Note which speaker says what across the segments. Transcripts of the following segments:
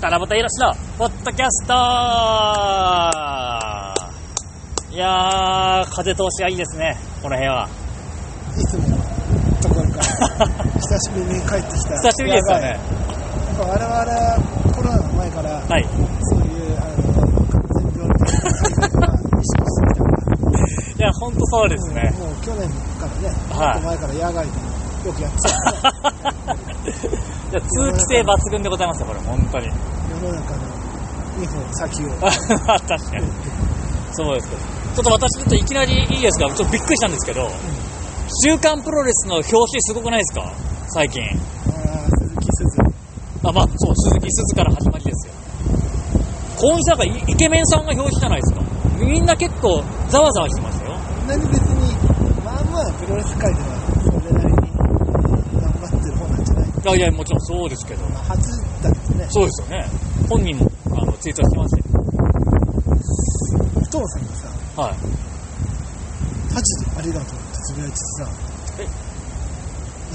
Speaker 1: 金本博士のポッドキャストいやー、風通しがいいですね、この辺は。
Speaker 2: いつものところから 久しぶりに帰ってきた
Speaker 1: 久しぶりですよね。
Speaker 2: やばいやっぱ我々コロナの前から、
Speaker 1: はい。
Speaker 2: そういうあの感染病の対策は意識してきたから
Speaker 1: いや、ほんとそうですね。
Speaker 2: もうもう去年からね、
Speaker 1: はい
Speaker 2: ちょっと前から野外でもよくやってた
Speaker 1: いや、通気性抜群でございますよ、これ、本当に。
Speaker 2: 世の中の2歩先を
Speaker 1: あ確かに。そうですけど。ちょっと私、ちょっといきなりいいですか、ちょっとびっくりしたんですけど、週刊プロレスの表紙すごくないですか最近。
Speaker 2: あー鈴木すず
Speaker 1: あ、まあ、そう、鈴木鈴から始まりですよ。こういうさがイイケメンさんが表紙じゃないですか。みんな結構ざわざわしてましたよ。
Speaker 2: 何別にまあまあプロレス界ではそれなりに頑張ってる方なんじゃない、
Speaker 1: いやいや、もちろんそうですけど。
Speaker 2: まあ、初だけどね
Speaker 1: そうですよね。本人もあのツイートしてましたよ。
Speaker 2: お父さんがさ
Speaker 1: はい。
Speaker 2: 「タジありがとう」ってつぶやいててさ
Speaker 1: で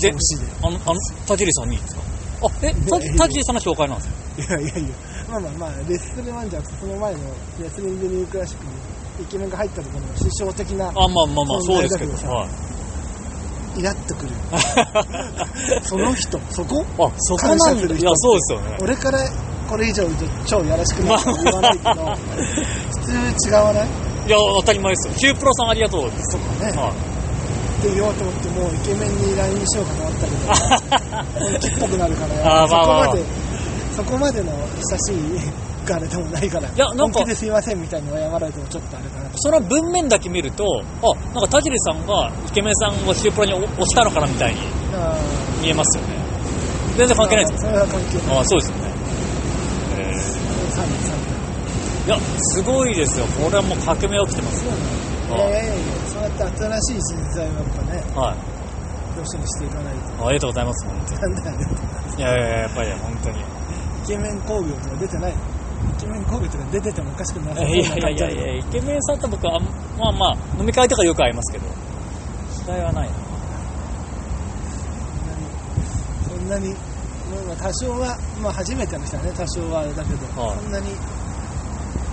Speaker 2: 欲、しいで
Speaker 1: あの、あの、田尻さんにですかあ、え、
Speaker 2: いや
Speaker 1: 田
Speaker 2: いや
Speaker 1: 田尻さんの紹介なんですか
Speaker 2: いやいやいや、まあまあまあ、レスルマンじゃなくて、その前のレスリングニュークラシックにイケメンが入ったところの師匠的な、
Speaker 1: あ、まあまあまあ、
Speaker 2: そ
Speaker 1: そう
Speaker 2: う
Speaker 1: ですけど。
Speaker 2: だけどさ
Speaker 1: はい。
Speaker 2: イラっとくる。その人、そこ
Speaker 1: あ、そこなんだ。いや、そうですよね。
Speaker 2: 俺からこれ以上超やらしくないとは言わないけど、普通違わない
Speaker 1: いや、当たり前ですよ。ヒュープロさんありがとうです。
Speaker 2: そうだね。
Speaker 1: はい。
Speaker 2: って言おうと思って、もうイケメンに LINE しようかと思ったけど、 本気っぽくなるから、
Speaker 1: あーまあまあまあ
Speaker 2: そこまで、そこまでの親しい彼でもないから、い
Speaker 1: やなんか
Speaker 2: 本気ですいませんみたいに謝られてもちょっとあれかなと。
Speaker 1: その文面だけ見ると、あ、なんか田尻さんがイケメンさんをシュープロに押押したのかなみたいに
Speaker 2: あ
Speaker 1: 見えますよね。全然
Speaker 2: ー
Speaker 1: 関係ないです。
Speaker 2: それは関係ない。
Speaker 1: あ、そうですよね。
Speaker 2: 三位三
Speaker 1: えーいや、すごいですよ。これはもう革命起きてます。
Speaker 2: 位。いやいやいやいや、そうやって新しい人材をやっぱね、
Speaker 1: はい。
Speaker 2: どうしてもしていかない
Speaker 1: あありがとうございます。
Speaker 2: と。なんだよね。
Speaker 1: いやいやいや、やっぱり本当に。
Speaker 2: イケメン工業とか出てない。イケメン工業とか出ててもおかしくなさそう
Speaker 1: いや
Speaker 2: な
Speaker 1: や い
Speaker 2: い感じあ
Speaker 1: や
Speaker 2: る
Speaker 1: いや、イケメンさんと僕は、まあまあ、飲み会とかよく会いますけど、時代はないな。
Speaker 2: そんなに、そんなに、まあ多少は、まあ初めての人はね、多少はあれだけど、
Speaker 1: はい
Speaker 2: そんなに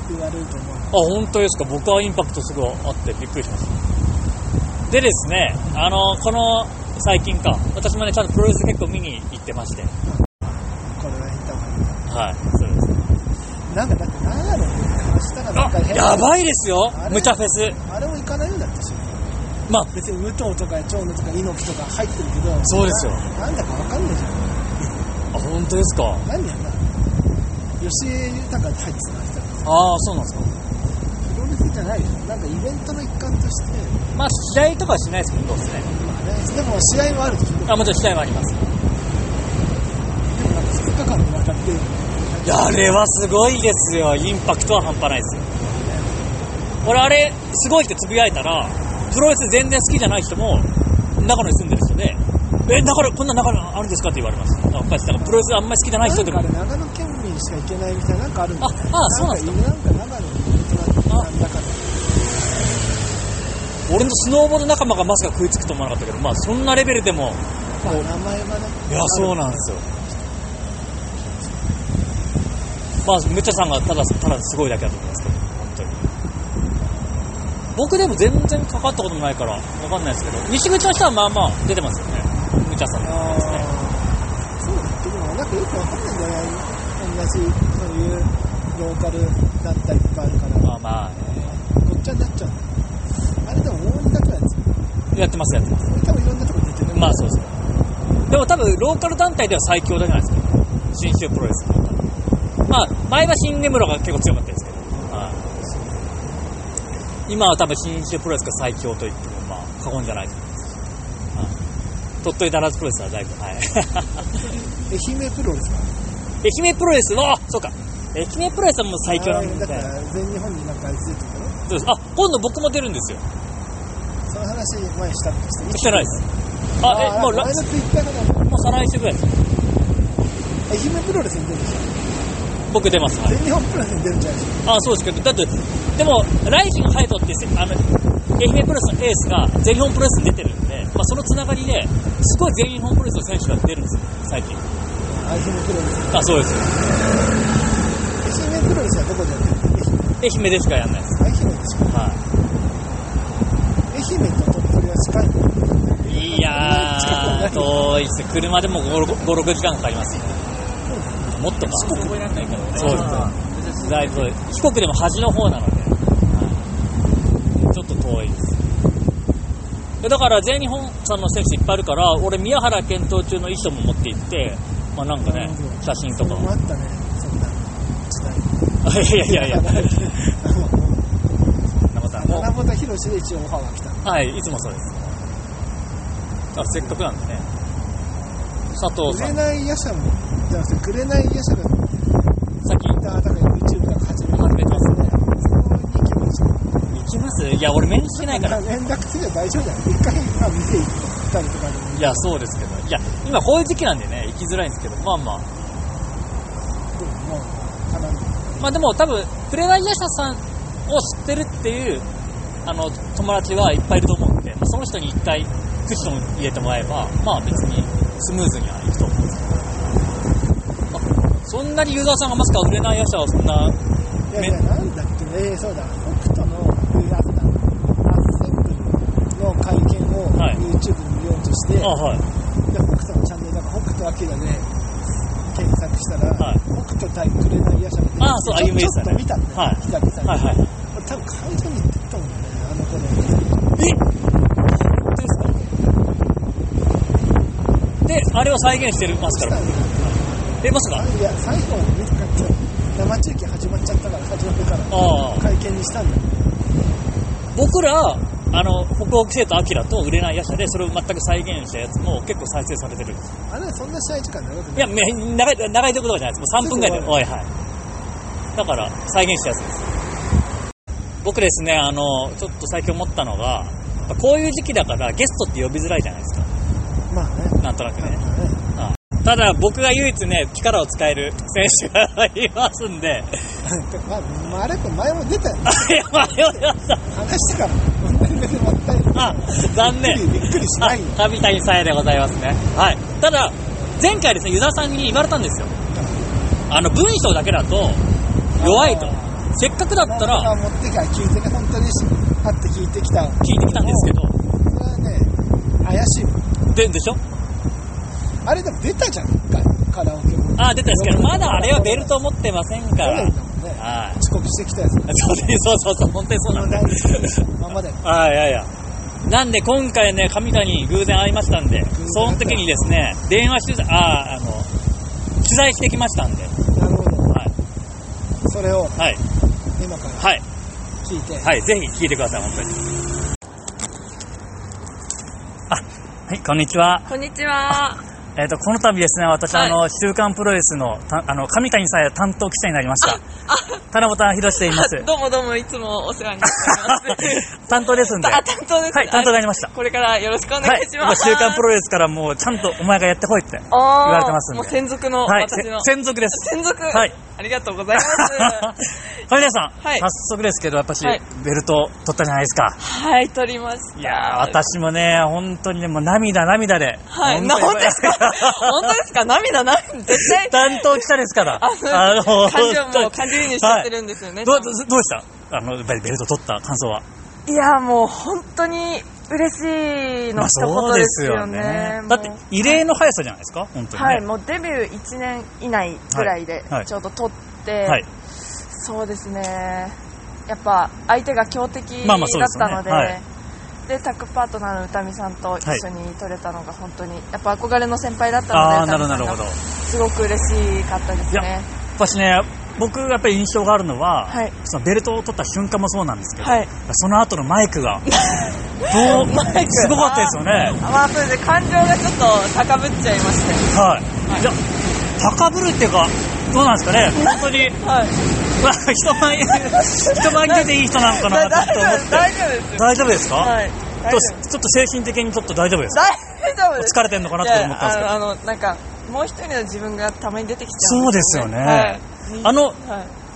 Speaker 2: 言われると思う。
Speaker 1: あ、本当ですか。僕はインパクトすごいあってびっくりしました。でですね、あの、この最近か、私もね、ちゃんとプロレス結構見に行ってまして。
Speaker 2: これは言った方がい
Speaker 1: はい、そうです。
Speaker 2: い。なんかだって、長野に明日がなんか
Speaker 1: あ、
Speaker 2: 変
Speaker 1: やばいですよ
Speaker 2: あ、れ
Speaker 1: ムチャフェス。
Speaker 2: あれも行かないんだってし
Speaker 1: まあ、
Speaker 2: 別に武藤とか長野とか猪木とか入ってるけど
Speaker 1: そうですよ
Speaker 2: ななんだか分かんないじゃん
Speaker 1: あ、本当ですか。
Speaker 2: 何やんな吉江豊が入ってた人は
Speaker 1: ああ、そうなんですか。
Speaker 2: プロレスじゃないよなんかイベントの一環として
Speaker 1: まあ、試合とかはしないですけど、そうですね。
Speaker 2: まあねでも試合もあると聞いてでも
Speaker 1: あ、もちろん試合はあります。
Speaker 2: なんか2日間にわたって
Speaker 1: いや、あれはすごいですよ。インパクトは半端ないですよ。俺、あれ、すごいってつぶやいたら、プロレス全然好きじゃない人も、中野に住んでる人で、え、だから、こんな中野あるんですかって言われます。やっぱり、だからプロレスあんまり好きじゃない人で
Speaker 2: なんか
Speaker 1: も
Speaker 2: あれ、長野県民しか行けないみたいななんかあるんだよね
Speaker 1: ああそうなんです
Speaker 2: かなんか長野に行くとななんだかの
Speaker 1: 俺のスノーボード仲間がまさか食いつくと思わなかったけど、まあ、そんなレベルでも、
Speaker 2: まあ名前がね
Speaker 1: いや、そうなんですよ。まあ、むちゃさんがただ、ただすごいだけだと思いますけど、本当に。僕でも全然かかったこともないから、わかんないですけど、西口の人はまあまあ出てますよね。むちゃさん
Speaker 2: あ
Speaker 1: の方ですね。
Speaker 2: ーそうだけどなんかよくわかんないんだよね同じそういうローカル団体いっぱいあるから
Speaker 1: まあま
Speaker 2: ごっちゃになっちゃうあれでも大分くらいですよ
Speaker 1: あ、やってます、やってま
Speaker 2: 大分もいろんなとこ出てる
Speaker 1: す。まあ、そうです。でも多分、ローカル団体では最強じゃないですか。新州プロレスってまあ、前は新根室が結構強かったですけど、はい今は多分新州プロレスが最強と言っても、まあ、過言じゃないと思います。はい鳥取ダラスプロレスはだいぶ、はい。
Speaker 2: 愛媛プロレスか
Speaker 1: 愛媛プロレスは、そうか。愛媛プロレスはもう最強なん
Speaker 2: だ
Speaker 1: で
Speaker 2: か。ら全日本になんかあいつ出てる
Speaker 1: そうです。あ、今度僕も出るんですよ。
Speaker 2: のその話前したっけして
Speaker 1: してないです。あ、え、もう、ら
Speaker 2: 前の
Speaker 1: も
Speaker 2: ツイッターかなんか
Speaker 1: う再来週ぐらいです。
Speaker 2: 愛媛プロレスに出るじ
Speaker 1: 僕出ます。
Speaker 2: ゃ
Speaker 1: は
Speaker 2: ん
Speaker 1: い。
Speaker 2: 全日本プロレスに出るんじゃないでし
Speaker 1: あそうですけど、だって、でも、ライジングハイトってせ、あの、愛媛プロレスのエースが全日本プロレスに出てるんで、まあ、そのつながりで、すごい全日本プロレスの選手が出るんですよ、最近。
Speaker 2: ょ愛媛プロレス
Speaker 1: あ、そうですよ。愛媛でしかやんないです。
Speaker 2: 愛媛でしか
Speaker 1: は
Speaker 2: 愛媛と鳥取は近い
Speaker 1: い。いやー、遠いっす。車でも5、6時間かかりますよ。もっとか。
Speaker 3: 四国覚えられないからね
Speaker 1: そうです
Speaker 3: す
Speaker 1: だいぶ四国でも端の方なので、ちょっと遠いですでだから全日本さんの選手いっぱいあるから俺宮原検討中の衣装も持って行ってまあなんかね
Speaker 2: なるほど
Speaker 1: 写真とか
Speaker 2: もあったねそんな時代
Speaker 1: いやいやいやいや
Speaker 2: あの
Speaker 1: そんなことはも
Speaker 2: 七夕広しで一応オファーが来た
Speaker 1: うはいいつもそうですだからせっかくなんでね佐藤さ
Speaker 2: 紅
Speaker 1: ん
Speaker 2: 夜叉もじゃなくて紅夜叉が
Speaker 1: 先
Speaker 2: インター多分 YouTube とか始め
Speaker 1: 始めてますね
Speaker 2: そこに行きました
Speaker 1: 行きますいや俺面識ないから
Speaker 2: まあ連絡すれば大丈夫だよ一回まあ見て行ったりとかでも
Speaker 1: いやそうですけどいや今こういう時期なんでね行きづらいんですけどまあまあ
Speaker 2: もうかなり
Speaker 1: まあでも多分、プレナイヤシャさんを知ってるっていう、あの、友達はいっぱいいると思うんで、まあ、その人に一回クッション入れてもらえば、まあ別にスムーズにはいくと思うんですけど。あそんなにユーザーさんがまさか売れないヤシャをそんな、
Speaker 2: いやいや、なんだっけね、えーそうだ、北斗の冬あった、アッセンブルの会見を
Speaker 1: はい
Speaker 2: YouTube に見ようとして、
Speaker 1: あはい、
Speaker 2: で北斗のチャンネルだから北斗晶で検索したら、
Speaker 1: はい
Speaker 2: 北斗対紅夜叉が出てきて
Speaker 1: あそうあ有名で
Speaker 2: ちょ
Speaker 1: すよ
Speaker 2: ちょっと
Speaker 1: ね
Speaker 2: 見たんだよ、
Speaker 1: はい
Speaker 2: 久々に。
Speaker 1: はいはい。
Speaker 2: 俺多分会場に行ってたもんね、あの頃に。
Speaker 1: え本当ですかで、あれを再現してます
Speaker 2: し
Speaker 1: か
Speaker 2: た
Speaker 1: ら。
Speaker 2: んだよ
Speaker 1: え、ますか
Speaker 2: あいや、最後見たかった生中継始まっちゃったから、始まってから。
Speaker 1: ああ。
Speaker 2: 会見にしたんだよ。
Speaker 1: 僕ら、あの、北北生徒アキラと売れないヤシャで、それを全く再現したやつも結構再生されてるんです
Speaker 2: あれ、そんな試合時間長くない
Speaker 1: いや、め長い、長いところじゃないです。もう3分ぐらいで。おい、はい。だから、再現したやつです。僕ですね、あの、ちょっと最近思ったのが、やっぱこういう時期だからゲストって呼びづらいじゃないですか。
Speaker 2: まあね。
Speaker 1: なんとなく
Speaker 2: なん
Speaker 1: ね。
Speaker 2: かね
Speaker 1: うんただ、僕が唯一ね、力を使える選手がいますんで、
Speaker 2: まあ、まあ、あれこれ前も出たよ、ね、
Speaker 1: あ、いや、迷いました。
Speaker 2: 話したから、別にもったい
Speaker 1: あ
Speaker 2: ない。、
Speaker 1: 残念。
Speaker 2: びっくりびっくりしないよ。
Speaker 1: たびたびさえでございますね。はい。ただ、前回ですね、湯沢さんに言われたんですよ。あの、文章だけだと、弱いと
Speaker 2: あ。
Speaker 1: せっかくだったら、
Speaker 2: 持ってきゃ聞いてね、本当にし、あって聞いてきた。
Speaker 1: 聞いてきたんですけど、
Speaker 2: ど。それはね、怪しいもん。
Speaker 1: で、でしょ
Speaker 2: あれでも出たじゃん、一回、カラオケも。
Speaker 1: あ、出たんですけど、まだあれはベルトを持ってませんか
Speaker 2: 去
Speaker 1: ら。
Speaker 2: 年だもんね。
Speaker 1: はい。
Speaker 2: 遅刻してきたやつ。
Speaker 1: そうそうそうそう、本当にそうなんだ
Speaker 2: 大好きなままだよ。
Speaker 1: あいやいや。なんで今回ね、上谷に偶然会いましたんで、その時にですね、電話して、ああ、あの、取材してきましたんで、
Speaker 2: なるほど。
Speaker 1: はい。
Speaker 2: それを
Speaker 1: はい。
Speaker 2: 今から
Speaker 1: はい。
Speaker 2: 聞いて。
Speaker 1: はい、ぜひ聞いてください、本当に。あ、はい、こんにちは。
Speaker 3: こんにちは
Speaker 1: えっ、と、この度ですね、私、
Speaker 3: はい
Speaker 1: あの、週刊プロレスの、たあの、上谷さんや担当記者になりました。七夕宏と言います。
Speaker 3: どうもどうもいつもお世話にな っております
Speaker 1: 担当ですんで。
Speaker 3: あ担当ですか
Speaker 1: はい、担当になりました。
Speaker 3: これからよろしくお願いし
Speaker 1: は
Speaker 3: ま
Speaker 1: い、
Speaker 3: す、
Speaker 1: 週刊プロレスからもう、ちゃんとお前がやってこいって。
Speaker 3: 言
Speaker 1: われてますんで
Speaker 3: もう専属の
Speaker 1: はい、
Speaker 3: 私の、
Speaker 1: せ専属です。
Speaker 3: 専属
Speaker 1: はい
Speaker 3: ありがとうございます
Speaker 1: 上谷さん、
Speaker 3: はい
Speaker 1: 早速ですけど、私、
Speaker 3: はい
Speaker 1: ベルト取ったじゃないですか。
Speaker 3: はい取りました
Speaker 1: いやー、私もね、本当にね、もう涙涙で。
Speaker 3: はい
Speaker 1: 本当に
Speaker 3: な本当で すか本当ですか涙な絶対
Speaker 1: 担当記者ですから。
Speaker 3: あの感情も
Speaker 1: 感
Speaker 3: う感
Speaker 1: じ
Speaker 3: 情移入しちゃってるんですよね、
Speaker 1: どうどうどうでしたあの、やっぱりベルト取った感想は。
Speaker 3: いやもう本当に嬉しいの一言ですよね,、もう
Speaker 1: だって、異例の速さじゃないですか、本当にね。
Speaker 3: はい、もうデビュー1年以内ぐらいで
Speaker 1: はいはい
Speaker 3: ちょうど取って、
Speaker 1: はい
Speaker 3: そうですねやっぱ相手が強敵
Speaker 1: ま
Speaker 3: だ
Speaker 1: あまあ
Speaker 3: っ
Speaker 1: そうですね
Speaker 3: たので,、
Speaker 1: はい
Speaker 3: でタッグパートナーの宇多美さんと一緒に取れたのが本当にやっぱ憧れの先輩だった
Speaker 1: ああ、
Speaker 3: ので
Speaker 1: なる
Speaker 3: 宇
Speaker 1: ほ
Speaker 3: 多
Speaker 1: ど、なるほど。
Speaker 3: 美さんが
Speaker 1: や
Speaker 3: すごく嬉しかったですね
Speaker 1: っぱしね、僕やっぱり印象があるのは、
Speaker 3: はい
Speaker 1: そのベルトを取った瞬間もそうなんですけど、
Speaker 3: はい
Speaker 1: その後のマイク が、どう、
Speaker 3: マイク
Speaker 1: すごかったですよね。
Speaker 3: あまあそれで感情がちょっと高ぶっちゃいまし
Speaker 1: はい。
Speaker 3: はい
Speaker 1: じゃ高ぶるっていうか、どうなんですかね、本当に、
Speaker 3: てはい
Speaker 1: まあ人前に、人前に出ていい人なのかな
Speaker 3: だ大
Speaker 1: と
Speaker 3: 丈
Speaker 1: 思っ
Speaker 3: 夫
Speaker 1: て。
Speaker 3: 大丈夫ですよ
Speaker 1: 大丈夫ですか、
Speaker 3: はい大
Speaker 1: ちょ
Speaker 3: 丈
Speaker 1: っ
Speaker 3: 夫
Speaker 1: とちょっと精神的にちょっと大丈夫ですか
Speaker 3: 大丈夫です
Speaker 1: 疲れてんのかなとか思ったんですけ
Speaker 3: い
Speaker 1: ど
Speaker 3: やあのあのなんかもう一人の自分がたまに出てきちゃ
Speaker 1: そうですよね
Speaker 3: はい
Speaker 1: あの
Speaker 3: はい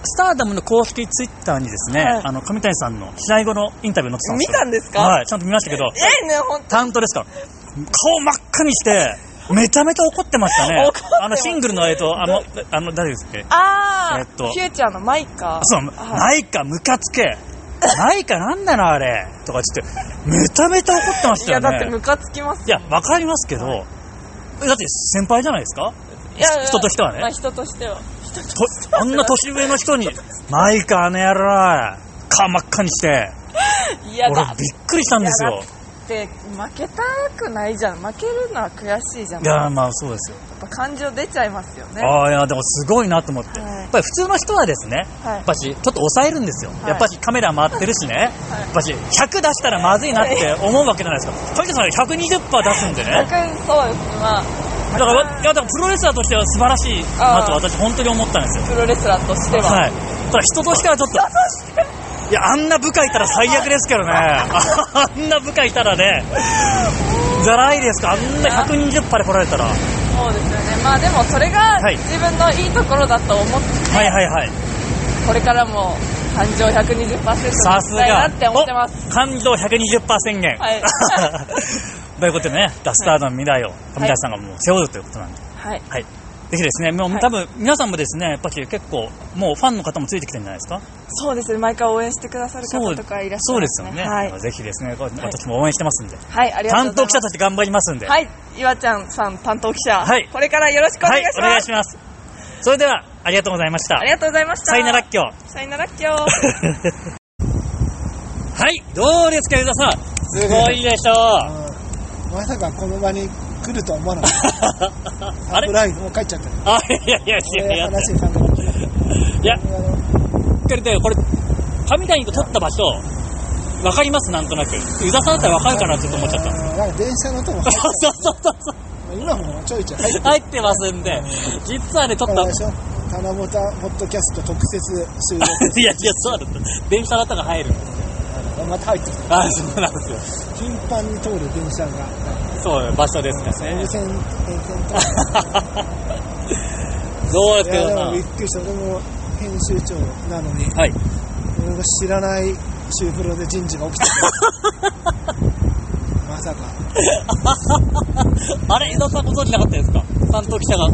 Speaker 1: スターダムの公式ツイッターにですね、
Speaker 3: はい
Speaker 1: あの上谷さんの試合後のインタビュー載ってたんですよ
Speaker 3: 見たんですか
Speaker 1: はいちゃんと見ましたけど
Speaker 3: えねほん
Speaker 1: 担当ですから顔真っ赤にしてめちゃめちゃ怒ってましたね。
Speaker 3: 怒ってます
Speaker 1: あの、シングルの、えっと、あの、あの、誰ですっけ
Speaker 3: あー、
Speaker 1: えっと
Speaker 3: フューチャーのマイカ。
Speaker 1: そう、
Speaker 3: は
Speaker 1: な
Speaker 3: い
Speaker 1: いか、ムカつけ。ないか、なんだな、あれ。とか、ちょっと、めちゃめちゃ怒ってまし
Speaker 3: い
Speaker 1: たよ
Speaker 3: や、
Speaker 1: ね。
Speaker 3: だってムカつきます
Speaker 1: いや
Speaker 3: よ、
Speaker 1: わかりますけど、
Speaker 3: は
Speaker 1: えだって先輩じゃないですか
Speaker 3: いやいや
Speaker 1: 人としてはね
Speaker 3: まあ人としては。
Speaker 1: とあんな年上の人に、マイカあの野郎、か真っ赤にして、
Speaker 3: いや、
Speaker 1: 俺
Speaker 3: だっ
Speaker 1: びっくりしたんですよ。
Speaker 3: て負けたくないじゃん。負けるのは悔しいじゃん。
Speaker 1: いや、まあそうですよ。
Speaker 3: やっぱ感情出ちゃいますよね。
Speaker 1: ああ、いや、でもすごいなと思って。
Speaker 3: はい
Speaker 1: やっぱり普通の人はですね、
Speaker 3: はい
Speaker 1: やっぱし、ちょっと抑えるんですよ。
Speaker 3: い
Speaker 1: やっぱしカメラ回ってるしね、やっぱし、100出したらまずいなって思うわけじゃないですか。トイケさん120%出すんで
Speaker 3: だ
Speaker 1: ね。
Speaker 3: からそうですね。まあ、
Speaker 1: だから、いや、だからプロレスラーとしては素晴らしいなと私本当に思ったんですよ。
Speaker 3: プロレスラーとしては。
Speaker 1: はい。ただ人としてはちょっと。いや、あんな部下いたら最悪ですけ どね。あんな部下いたらね。じゃないですか。あんな120パで来られたら。は
Speaker 3: そうですよね。まあでもそれが
Speaker 1: はい
Speaker 3: 自分のいいところだと思って、
Speaker 1: いはいはい。
Speaker 3: これからも感情120%にした
Speaker 1: さすが
Speaker 3: いなって思ってます。
Speaker 1: お感情120%宣言。
Speaker 3: はい
Speaker 1: ということでね、ダスタードの未来を上田さんがもう背負うということなんで。
Speaker 3: はい。
Speaker 1: はい。ぜひですね、もう、
Speaker 3: はい
Speaker 1: 多分皆さんもですね、やっぱり結構、もうファンの方もついてきてるんじゃないですか。
Speaker 3: そうですね。毎回応援してくださる
Speaker 1: そ
Speaker 3: 方
Speaker 1: う
Speaker 3: とかいらっしゃ
Speaker 1: そ
Speaker 3: いう
Speaker 1: で
Speaker 3: ますす
Speaker 1: よ
Speaker 3: ね。
Speaker 1: ね。
Speaker 3: はい。
Speaker 1: ぜひですね、私も応援してますんで。
Speaker 3: はい、ありがとう
Speaker 1: 担
Speaker 3: ござい
Speaker 1: 当
Speaker 3: ま
Speaker 1: 記
Speaker 3: す。
Speaker 1: 者として頑張りますんで。
Speaker 3: はい、岩ちゃんさん担当記者、
Speaker 1: はい
Speaker 3: これからよろしくお願いします。
Speaker 1: はい、お願いします。それでは、ありがとうございました。
Speaker 3: ありがとうございました。
Speaker 1: さよならっきょう。
Speaker 3: さよならっきょう。
Speaker 1: はい、どうですか、ゆざさん。すごいでしょう。
Speaker 2: うんまさかこの場に来るとは思わなかっ
Speaker 1: あ
Speaker 2: た。
Speaker 1: れ
Speaker 2: 危ない、もう帰っちゃったよ。
Speaker 1: あ、いやいやい
Speaker 2: こう
Speaker 1: やい
Speaker 2: いう
Speaker 1: や、
Speaker 2: 話に関係ない。
Speaker 1: いや、
Speaker 2: あの
Speaker 1: けれど、これ、上谷と撮った場所、わかります、なんとなく。ゆざさんだったらわかるかなってちょっと思っちゃった。
Speaker 2: あーなんか電車の音も入っ
Speaker 1: そうそうそうそう
Speaker 2: て今もちょいちょい入って
Speaker 1: そう。入ってますんで、実はね、撮っ
Speaker 2: こ
Speaker 1: た
Speaker 2: れで。しょ七夕ポッドキャスト特設収録
Speaker 1: いやいや、そうなんです。電車だったら入るんですよ。
Speaker 2: また入ってきた
Speaker 1: あ、そうなんです
Speaker 2: 頻繁に通る電車が
Speaker 1: よ。そう、場所ですから
Speaker 2: 温
Speaker 1: ね。
Speaker 2: 泉沿線とか
Speaker 1: どう
Speaker 2: い
Speaker 1: ですか、ゆざ
Speaker 2: やで
Speaker 1: さ
Speaker 2: もびっ
Speaker 1: ん。
Speaker 2: くりした俺も編集長なのに
Speaker 1: はい。
Speaker 2: 俺が知らないシュープロで人事が起きてたまさか
Speaker 1: あれ、江田さんご存知なかったですか担当記者が。
Speaker 2: い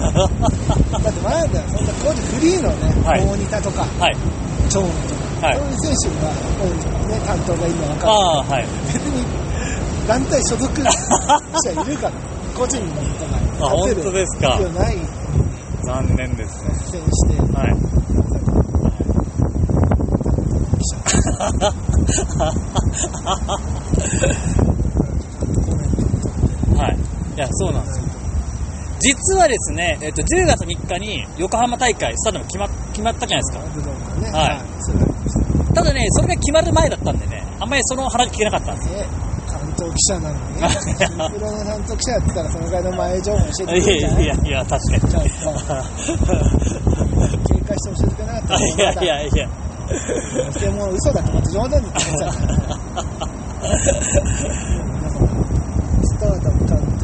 Speaker 2: やだって前だよそんな当時フリーのね、
Speaker 1: はい
Speaker 2: 大仁田とか
Speaker 1: はい。
Speaker 2: 長野とか、
Speaker 1: はい
Speaker 2: そういう選手が多いね担当が今分かる
Speaker 1: ああー、はい。
Speaker 2: 別に団体所属者いるから個人のと
Speaker 1: あ
Speaker 2: か
Speaker 1: 本当ですか
Speaker 2: 必要ない
Speaker 1: 残念です。
Speaker 2: 率先して
Speaker 1: はい。
Speaker 2: 記者コメント
Speaker 1: はい。いや、そうなんですよ。実はですね、えっと、10月3日に横浜大会、スタートも決ま決まったじゃないですか。
Speaker 2: 武道館ね
Speaker 1: はい
Speaker 2: それがありました
Speaker 1: ただね、それが決まる前だったんでね、あんまりその話聞けなかったんです
Speaker 2: ね担当記者なのにね
Speaker 1: よ。
Speaker 2: プロの担当記者やってたらそのぐらいの前情報教えて
Speaker 1: い
Speaker 2: くれるんじ
Speaker 1: や
Speaker 2: ゃない
Speaker 1: いやいや、確かに。
Speaker 2: ちゃんと警戒して教えてくれなかった
Speaker 1: いやいやいや。
Speaker 2: でもう嘘だと思って冗談だと思っちゃったからだからスターダム担当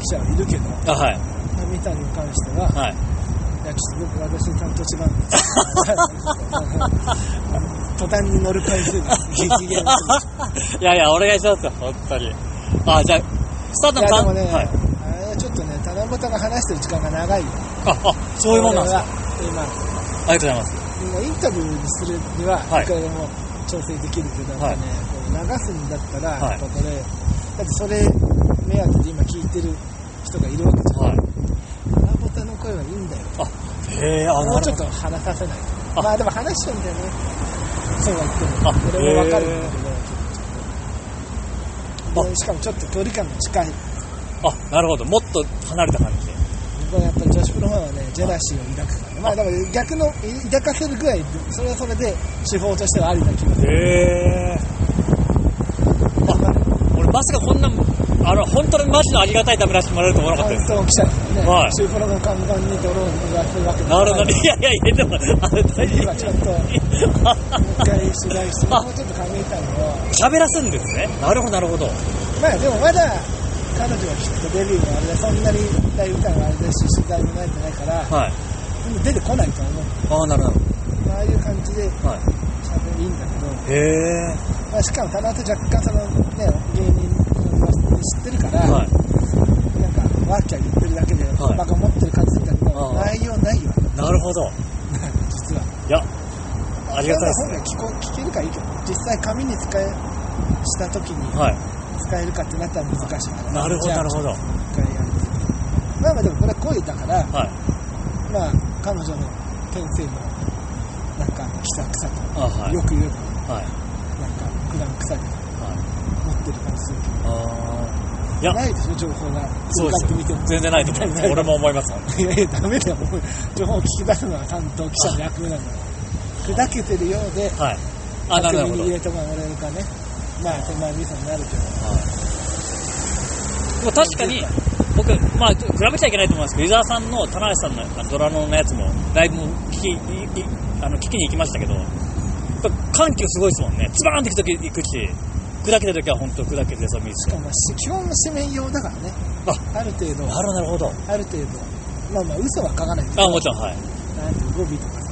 Speaker 2: 記者はいるけど
Speaker 1: あはい。
Speaker 2: 三谷に関しては
Speaker 1: はい。
Speaker 2: いやちょっと僕私担当違うんです途端に乗る回数が激減す
Speaker 1: いやいや、お願いしますよ、本当に。あ、じゃあ、スタートの
Speaker 2: るいやで
Speaker 1: さん
Speaker 2: もね、
Speaker 1: はい。
Speaker 2: あれちょっとね七夕が話してる時間が長いよ
Speaker 1: あ、あ、そういうもんなんですか。
Speaker 2: 俺は今
Speaker 1: ありがとうございます。
Speaker 2: もうインタビューにするには、
Speaker 1: はい
Speaker 2: いくらでも調整できるけど、
Speaker 1: はい
Speaker 2: やっぱね、こう流すんだったら、
Speaker 1: はい
Speaker 2: やっぱこれ、だってそれ目当てで今聞いてる人がいるわけじゃん。
Speaker 1: はい。
Speaker 2: 花ボタの声はいいんだよ。
Speaker 1: へえ、あ、
Speaker 2: も
Speaker 1: な
Speaker 2: うち
Speaker 1: る
Speaker 2: ょっ
Speaker 1: ほど。
Speaker 2: と話させない
Speaker 1: あ
Speaker 2: と。まあでも話しちゃうんだよね。そうは
Speaker 1: あ
Speaker 2: 言っても。俺もわかるんだ
Speaker 1: へー
Speaker 2: けど。でしかもちょっと距離感が近い。
Speaker 1: あ、なるほど。もっと離れた感じで。
Speaker 2: 僕はやっぱり女子プロファンはね、ジェラシーを抱くから。まあだから逆の抱かせるぐらい、それはそれで手法としてはありな気がする。
Speaker 1: へえ。あ、俺まさかこんな、あの、本当にマジのありがたいためらしてもらえると思わなか
Speaker 2: 担
Speaker 1: ったです。
Speaker 2: 当記者ですね、
Speaker 1: はい
Speaker 2: シュープロの看板にドローンを飛ばすわけ
Speaker 1: なるほど。
Speaker 2: ね
Speaker 1: いやいやいや、でも、あれ、大
Speaker 2: 今ちょっと一回取材して
Speaker 1: あ
Speaker 2: もうちょっと考えたいのを
Speaker 1: 喋らすんですね。なるほど、なるほど。
Speaker 2: まあでもまだ彼女はきっとデビューもあれだそんなに大舞台もあれだし取材も慣れてないから
Speaker 1: はい。
Speaker 2: でも出てこないと思う
Speaker 1: ああ、なるほ
Speaker 2: まあああいう感じで
Speaker 1: ど。は
Speaker 2: 喋りいいんだけど、
Speaker 1: い。へえ。
Speaker 2: まあ、しかもただと若干そのね芸人の知ってるから、
Speaker 1: はい。
Speaker 2: なんかワーキャー言ってるだけで、
Speaker 1: はい
Speaker 2: バカ持ってる感じだったけど、
Speaker 1: ああ
Speaker 2: 内容 ないよ、
Speaker 1: なるほど。
Speaker 2: 実は。
Speaker 1: いや、ありがたいですね
Speaker 2: 本が聞こ聞けるからいいけど、実際紙に使え、した時に
Speaker 1: はい。
Speaker 2: 使えるかってなったら難しいから。
Speaker 1: なるほど、なるほど。
Speaker 2: ど。一回やるまあまあでもこれは恋だから、
Speaker 1: はい。
Speaker 2: まあ彼女の天性の、なんか、気さくさと、
Speaker 1: あ、はい。
Speaker 2: よく言えば、
Speaker 1: はい。
Speaker 2: なんか、普段臭いとか
Speaker 1: はい。
Speaker 2: 持ってる感じするけど、
Speaker 1: あーいや、
Speaker 2: ないでしょ、情報が。
Speaker 1: そうです
Speaker 2: よ。って見ても
Speaker 1: 全然ないと思います。俺も思います。
Speaker 2: いやいや、ダメだよ、もう情報を聞き出すのは担当記者の役目なんだから。砕けてるようで、
Speaker 1: はい。あ、なる
Speaker 2: 巧
Speaker 1: ほど。
Speaker 2: みに
Speaker 1: はい
Speaker 2: 入れてもらえるかね。まあ、手前味噌になるけど。
Speaker 1: でも確かに、僕、まあ、比べちゃいけないと思いますけど、伊沢さんの、棚橋さんのあのドラノのやつも、ライブも聞き、いいあの聞きに行きましたけど、やっぱ緩急すごいですもんね。ズバーンって行くとき行くし、砕けたときは本当砕けてそう見る
Speaker 2: し
Speaker 1: し
Speaker 2: か。もまあ、し基本は紙面用だからね。ある程度、
Speaker 1: なるほど、なるほど。
Speaker 2: ある程度。まあまあ、嘘は書かないけど
Speaker 1: あ、もちろん、はい。
Speaker 2: なんていう語尾とかさ。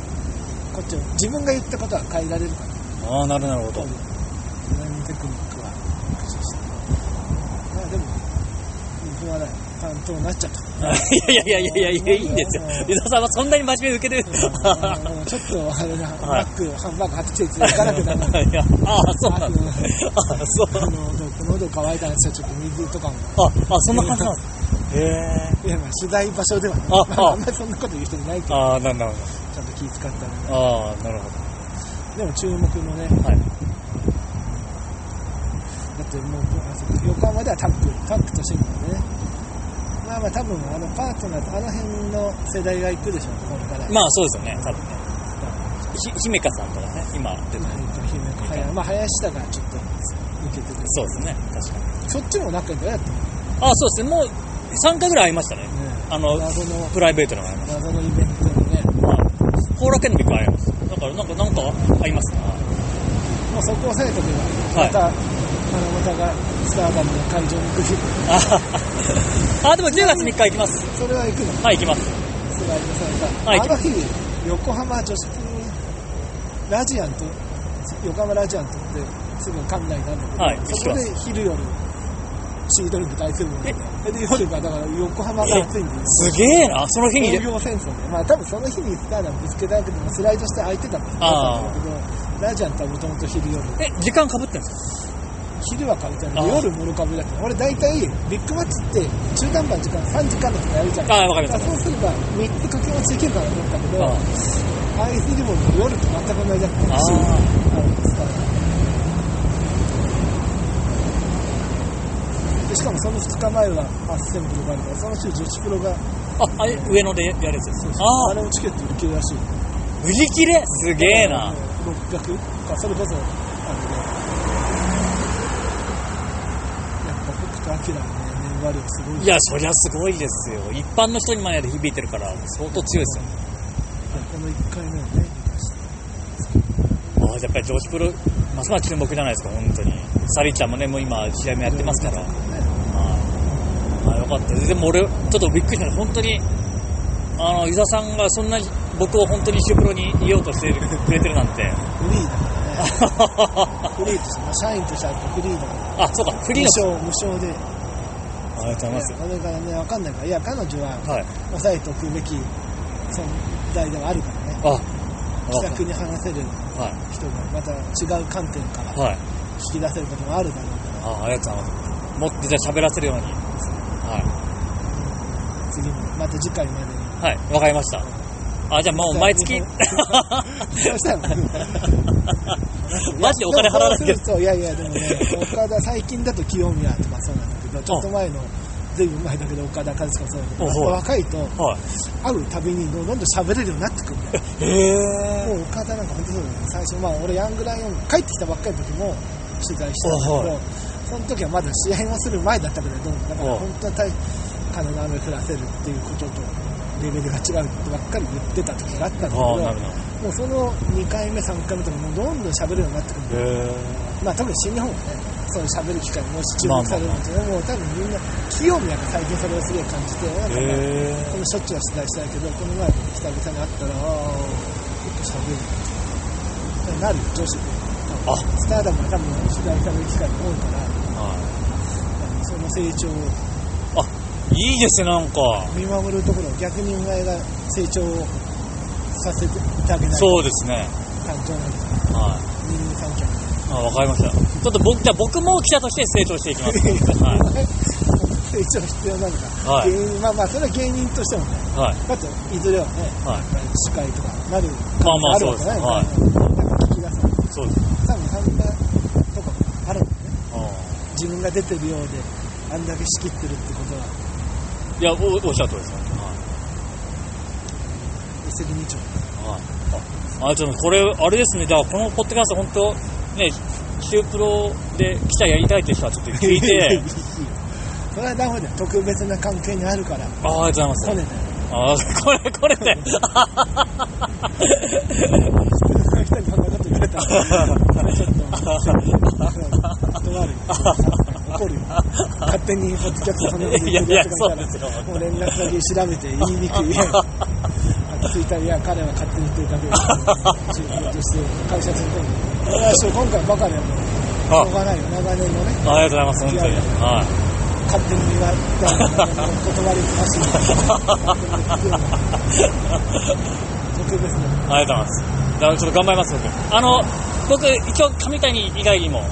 Speaker 2: こっちを、自分が言ったことは変えられるから。
Speaker 1: ああ、なるほどなるほど。
Speaker 2: 何のテクニックは駆使して。まあでも、僕はね、担当になっ ちゃった。
Speaker 1: いやいやいやいやいや、いいんですよ。伊沢さんはそんなに真面目に受けてる。
Speaker 2: うんちょっとあれな、
Speaker 1: は
Speaker 2: マ
Speaker 1: い
Speaker 2: ック、ハンバーグ8ついて行かなくなるの。
Speaker 1: いやああ、 そうなんですね。ああ、そう。
Speaker 2: あの喉喉乾いたんですよ、ちょっと水とかも。
Speaker 1: あ、あ、そんな感じなんですか。へえ。
Speaker 2: いや、まあ取材場所ではね、
Speaker 1: あ
Speaker 2: まあ、
Speaker 1: あ
Speaker 2: あんまりそんなこと言う人いないけど、
Speaker 1: ああ、なるほ
Speaker 2: ちゃんと気遣ったね。
Speaker 1: ど。ああ、なるほ
Speaker 2: でも注目のね、
Speaker 1: ど。はい。
Speaker 2: だってもう、あそこ横浜ではタック、タックとシングルでね。まあまあ多分、あのパートナーとあの辺の世代が行くでしょうね、これから。
Speaker 1: ま
Speaker 2: あ、
Speaker 1: あ、そうですよね、多分ね。ひ、姫香さんとかね、今出てる。
Speaker 2: 姫かはやまあ、林田がちょっと抜けてる。
Speaker 1: そうですね、確かに。
Speaker 2: そっちも仲良くやったもんね。
Speaker 1: ああ、そうですね、もう3回ぐらい会いましたね。あの、
Speaker 2: 謎の、
Speaker 1: プライベートの会いまし
Speaker 2: 謎のイベントのね。
Speaker 1: た。はい。後楽園のビッグ会います。だから、なんか、なんか、会いますな。
Speaker 2: もうそこを抑えとけば、
Speaker 1: はい
Speaker 2: また、花形がスターダムの会場に行く日、
Speaker 1: ああ、あでも10月3日行きます。
Speaker 2: それは行くの、
Speaker 1: はい、行きます。
Speaker 2: スライドされた。
Speaker 1: はい
Speaker 2: あの日、横浜女子プールラジアント、横浜ラジアントってすぐ館内なんだけど、
Speaker 1: はい
Speaker 2: そこで昼夜、シードリンク大セブンで、で夜がだから横浜が暑いんで、
Speaker 1: すげえな、その日に。
Speaker 2: 農業戦争で、まあ多分その日にスターダムぶつけたわけでも、スライドして空いてたんです
Speaker 1: あ
Speaker 2: だけど、ラジアントはもともと昼夜。
Speaker 1: え、時間かぶってんです
Speaker 2: 昼は株じゃな
Speaker 1: あ
Speaker 2: い
Speaker 1: あ
Speaker 2: 夜もろ株だって俺大体ビッグマッチって中間番時間3時間とかやるじゃん
Speaker 1: かああ、わかりま
Speaker 2: だ
Speaker 1: し
Speaker 2: か
Speaker 1: た。
Speaker 2: らそうすれば3つ掛け持ちできるかなと思ったけど
Speaker 1: あ
Speaker 2: IS リボンの夜と全く同じだった
Speaker 1: あ
Speaker 2: し
Speaker 1: ー
Speaker 2: あの使うでしかもその2日前はアッセンブルがあるからその週女子プロが
Speaker 1: あ、あれ、上野でやるやつです。あ
Speaker 2: あ
Speaker 1: あ、
Speaker 2: れもチケット売り切れらしい
Speaker 1: 売り切れすげえな。
Speaker 2: 600かそれこそあのねやっぱ北斗晶のね粘りはすごい
Speaker 1: いや、そりゃすごいですよ。一般の人にまで響いてるから、相当強いですよ。
Speaker 2: この1回目はね
Speaker 1: ああ、やっぱり女子プロ、ますます注目じゃないですか、本当に。サリーちゃんもね、もう今、試合もやってますから。はいああ、よかったです。でも俺、ちょっとびっくりしたの本当に、あの、伊沢さんがそんなに、僕を本当に一緒プロにいようとしてくれてるなんて。
Speaker 2: フリーだからねフリーとして、まあ、社員としてはやっぱフリーだから
Speaker 1: あ、そうか、フリー
Speaker 2: 無
Speaker 1: の。
Speaker 2: 償無償で
Speaker 1: ありがとうございます。
Speaker 2: ね、これからね分かんないからいや彼女は
Speaker 1: はい。
Speaker 2: 抑えておくべき存在ではあるからね
Speaker 1: あ、
Speaker 2: 気さくに話せる
Speaker 1: はい。
Speaker 2: 人がまた違う観点から
Speaker 1: はい。
Speaker 2: 引き出せることもあるだろうか
Speaker 1: ああ、ありがとうございます。もっとじゃあ喋らせるように。は
Speaker 2: ら次もまた次回までに
Speaker 1: い。はい、わかりました。あ、じゃあ もう毎月。
Speaker 2: そうしたらもう
Speaker 1: マジでお金払わなきゃ
Speaker 2: でもそうするといやいやでもね岡田最近だと清宮とかそうなんだけどちょっと前のずいぶん前だけど岡田和志もそうだけど
Speaker 1: お
Speaker 2: やっ
Speaker 1: ほ
Speaker 2: ぱ
Speaker 1: う
Speaker 2: 若いと
Speaker 1: はい。
Speaker 2: 会うたびにどんどん喋れるようになってくるんだよ
Speaker 1: へ
Speaker 2: も
Speaker 1: え。
Speaker 2: う岡田なんか本当そうだよね最初まあ俺ヤングライオン帰ってきたばっかりの時も取材したんだけど、
Speaker 1: おうは
Speaker 2: その時はまだ試合もする前だったけれどだから
Speaker 1: おう
Speaker 2: 本当は大金の雨降らせるっていうこととレベルが違うってばっかり言ってた時があったんだけ
Speaker 1: ああ、な
Speaker 2: ど
Speaker 1: るほ
Speaker 2: もうその2回目、3回目とか、もうどんどん喋るようになってくるん
Speaker 1: ど。へ
Speaker 2: で、まあ、特に新日本はね、そういう喋る機会もし注目されるんですけど、もう多分みんな、清宮が最近それをすげえ感じて、なんか
Speaker 1: え。
Speaker 2: まあ
Speaker 1: へ
Speaker 2: こ
Speaker 1: え。
Speaker 2: のしょっちゅうは取材してないけど、この前、久々に会ったら、ああ、結構喋るってなるよ、女子で。
Speaker 1: あ
Speaker 2: スターダムは多分取材される機会も多いから、
Speaker 1: は
Speaker 2: あのそその成長を
Speaker 1: いいですね、なんか。
Speaker 2: 見守るところを逆にお前が成長をさせてあげない
Speaker 1: そうですね。
Speaker 2: 担当なんですよ
Speaker 1: はい。
Speaker 2: 人間関係
Speaker 1: あ、わかりました。ちょっと僕、じゃあ僕も記者として成長していきます。はい。
Speaker 2: 成長必要なのか、
Speaker 1: はい
Speaker 2: 芸人まあまあそれは芸人としてもね
Speaker 1: はい。
Speaker 2: だっていずれはね
Speaker 1: はい。
Speaker 2: 司会とかなる
Speaker 1: まあまあ
Speaker 2: るわけない
Speaker 1: そうです
Speaker 2: なんか聞き出す
Speaker 1: そうです。
Speaker 2: 多分そんなとこあるんだよね
Speaker 1: あ
Speaker 2: 自分が出てるようであんだけ仕切ってるってことは
Speaker 1: ーいや、おおっしゃる通りです。は
Speaker 2: 責任長
Speaker 1: い。はい。あ、ちょっとこれ、あれですね。じゃあ、このポッドキャスト、本当ね、シュープロで記者やりたいって人はちょっと聞い て、
Speaker 2: それはダメだよ特別な関係にあるから
Speaker 1: ああ、ありがとうござ
Speaker 2: コ
Speaker 1: い
Speaker 2: ネ
Speaker 1: ま
Speaker 2: だ
Speaker 1: す。
Speaker 2: よ
Speaker 1: あーこれ、これで。
Speaker 2: 普通の人にそんなこと言われたらそれちょっと断るよ怒るよ勝手にポッドキャストそんなこと
Speaker 1: いやい
Speaker 2: 言ってるや
Speaker 1: や
Speaker 2: つ、
Speaker 1: そ
Speaker 2: が
Speaker 1: うで
Speaker 2: い
Speaker 1: す
Speaker 2: た
Speaker 1: よ。
Speaker 2: らもう連絡先調べて言いにくいやんツイッターいや彼は勝手に言ってるだけですよ中継として会社ついてるこれはしょ今回ばかりはもう
Speaker 1: あ
Speaker 2: しょうがないよ長年のね
Speaker 1: ありがとうございます、本当に。は。
Speaker 2: 勝手に言われた断りなしに勝手に言ってる特別ない
Speaker 1: ありがとうございます。じゃあ、ちょっと頑張ります、僕。あの、僕、一応、上谷以外にも、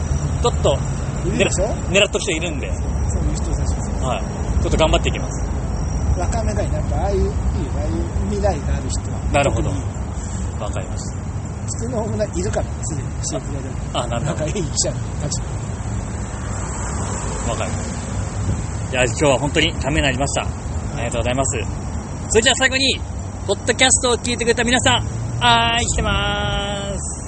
Speaker 1: ちょっと、
Speaker 2: いるでしょ
Speaker 1: 狙っとく人いるんで、
Speaker 2: そういう人たちです
Speaker 1: はい。ちょっと頑張っていきます。
Speaker 2: 若めだよねやっぱああいういいよああいう未来がある人は
Speaker 1: なるほど
Speaker 2: 特にいいよ
Speaker 1: わかりまし
Speaker 2: 普通のオムラいるからすでにシープレでも
Speaker 1: た。あ、なるほ
Speaker 2: 仲
Speaker 1: ど
Speaker 2: いい記者たち。
Speaker 1: わかりました。いや、今日は本当にためになりました。ありがとうございます。それじゃあ最後に、ポッドキャストを聞いてくれた皆さん、愛してまーす。